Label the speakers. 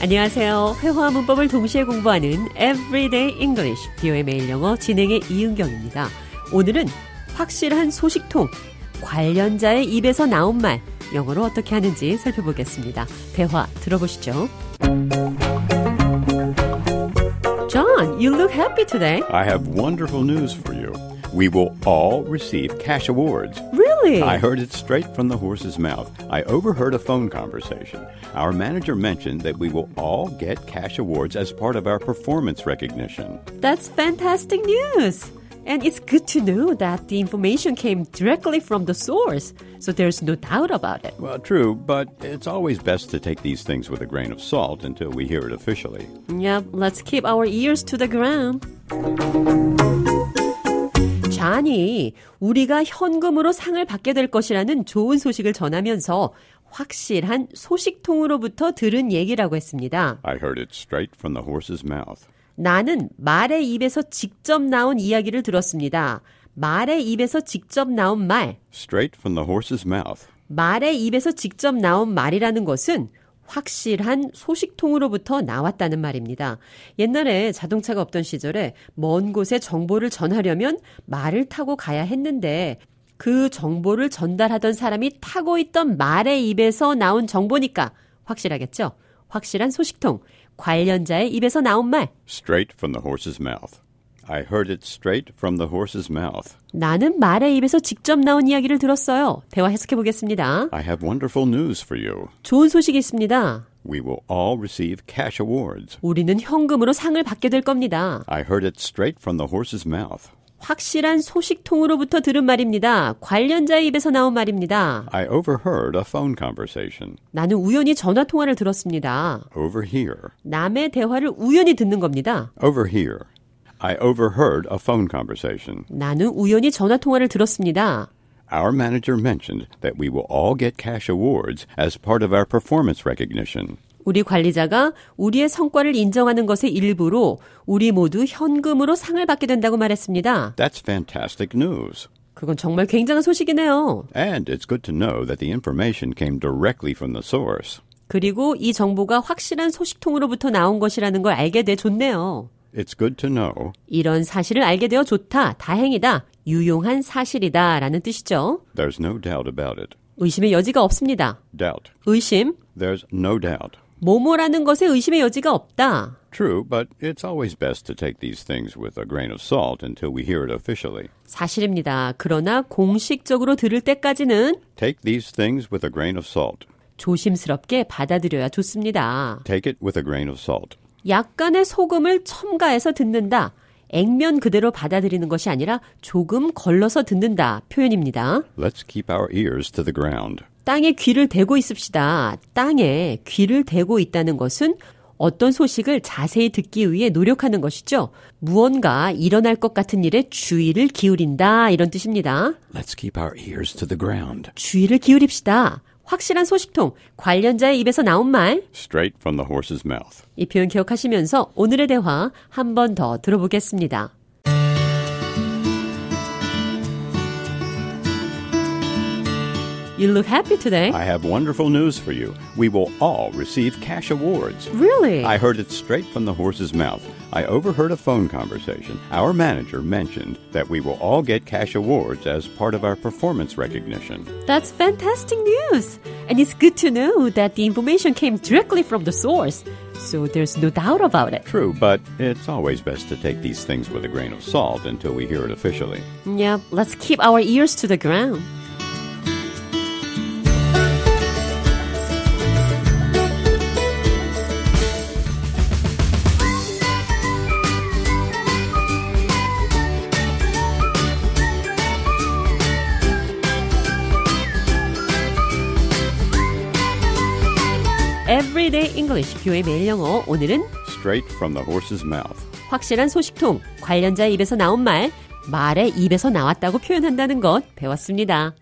Speaker 1: 안녕하세요. 회화 문법을 동시에 공부하는 Everyday English, 비오의 매일 영어 진행의 이은경입니다. 오늘은 확실한 소식통, 관련자의 입에서 나온 말, 영어로 어떻게 하는지 살펴보겠습니다. 대화 들어보시죠. John, you look happy today.
Speaker 2: I have wonderful news for you. We will all receive cash awards.
Speaker 1: Really?
Speaker 2: I heard it straight from the horse's mouth. I overheard a phone conversation. Our manager mentioned that we will all get cash awards as part of our performance recognition.
Speaker 1: That's fantastic news. And it's good to know that the information came directly from the source, so there's no doubt about it.
Speaker 2: Well, true, but it's always best to take these things with a grain of salt until we hear it officially.
Speaker 1: Yep, let's keep our ears to the ground. 잔이 우리가 현금으로 상을 받게 될 것이라는 좋은 소식을 전하면서 확실한 소식통으로부터 들은 얘기라고 했습니다.
Speaker 2: I heard it straight from the horse's mouth.
Speaker 1: 나는 말의 입에서 직접 나온 이야기를 들었습니다. 말의 입에서 직접 나온 말,
Speaker 2: Straight from the horse's mouth.
Speaker 1: 말의 입에서 직접 나온 말이라는 것은 확실한 소식통으로부터 나왔다는 말입니다. 옛날에 자동차가 없던 시절에 먼 곳에 정보를 전하려면 말을 타고 가야 했는데 그 정보를 전달하던 사람이 타고 있던 말의 입에서 나온 정보니까 확실하겠죠? 확실한 소식통, 관련자의 입에서 나온 말.
Speaker 2: Straight from the horse's mouth. I heard it straight from the horse's mouth.
Speaker 1: 나는 말의 입에서 직접 나온 이야기를 들었어요. 대화 해석해 보겠습니다.
Speaker 2: I have wonderful news for you.
Speaker 1: 좋은 소식이 있습니다.
Speaker 2: We will all receive cash awards.
Speaker 1: 우리는 현금으로 상을 받게 될 겁니다.
Speaker 2: I heard it straight from the horse's mouth.
Speaker 1: 확실한 소식통으로부터 들은 말입니다. 관련자의 입에서 나온 말입니다.
Speaker 2: I overheard a phone conversation.
Speaker 1: 나는 우연히 전화 통화를 들었습니다.
Speaker 2: Overhear.
Speaker 1: 남의 대화를 우연히 듣는 겁니다.
Speaker 2: Overhear. I overheard a phone conversation.
Speaker 1: 나는 우연히 전화 통화를 들었습니다.
Speaker 2: Our manager mentioned that we will all get cash awards as part of our performance recognition.
Speaker 1: 우리 관리자가 우리의 성과를 인정하는 것의 일부로 우리 모두 현금으로 상을 받게 된다고 말했습니다.
Speaker 2: That's fantastic news.
Speaker 1: 그건 정말 굉장한 소식이네요.
Speaker 2: And it's good to know that the information came directly from the source.
Speaker 1: 그리고 이 정보가 확실한 소식통으로부터 나온 것이라는 걸 알게 돼 좋네요.
Speaker 2: It's good to know
Speaker 1: 이런 사실을 알게 되어 좋다, 다행이다, 유용한 사실이다 라는 뜻이죠.
Speaker 2: there's no doubt about it.
Speaker 1: 의심의 여지가 없습니다.
Speaker 2: Doubt.
Speaker 1: 의심,
Speaker 2: There's no doubt.
Speaker 1: 뭐뭐라는 것에 의심의 여지가 없다.
Speaker 2: True, but it's always best to take these things with a grain of salt until we hear it officially.
Speaker 1: 사실입니다. 그러나 공식적으로 들을 때까지는
Speaker 2: Take these things with a grain of salt.
Speaker 1: 조심스럽게 받아들여야 좋습니다.
Speaker 2: Take it with a grain of salt.
Speaker 1: 약간의 소금을 첨가해서 듣는다. 액면 그대로 받아들이는 것이 아니라 조금 걸러서 듣는다 표현입니다.
Speaker 2: Let's keep our ears to the ground.
Speaker 1: 땅에 귀를 대고 있읍시다. 땅에 귀를 대고 있다는 것은 어떤 소식을 자세히 듣기 위해 노력하는 것이죠. 무언가 일어날 것 같은 일에 주의를 기울인다. 이런 뜻입니다.
Speaker 2: Let's keep our ears to the ground.
Speaker 1: 주의를 기울입시다. 확실한 소식통, 관련자의 입에서 나온 말.
Speaker 2: Straight from the horse's mouth.
Speaker 1: 이 표현 기억하시면서 오늘의 대화 한 번 더 들어보겠습니다. You look happy today.
Speaker 2: I have wonderful news for you. We will all receive cash awards.
Speaker 1: Really?
Speaker 2: I heard it straight from the horse's mouth. I overheard a phone conversation. Our manager mentioned that we will all get cash awards as part of our performance recognition.
Speaker 1: That's fantastic news. And it's good to know that the information came directly from the source. So there's no doubt about it.
Speaker 2: True, but it's always best to take these things with a grain of salt until we hear it officially.
Speaker 1: Yeah, let's keep our ears to the ground. Everyday English, 뷰의 매일 영어. 오늘은
Speaker 2: Straight from the horse's mouth.
Speaker 1: 확실한 소식통, 관련자의 입에서 나온 말, 말의 입에서 나왔다고 표현한다는 것 배웠습니다.